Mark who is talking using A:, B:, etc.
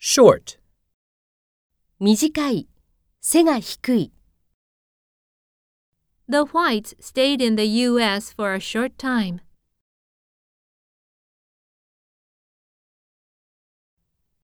A: short,
B: 短い、背が低い。
C: The whites stayed in the U.S. for a short time.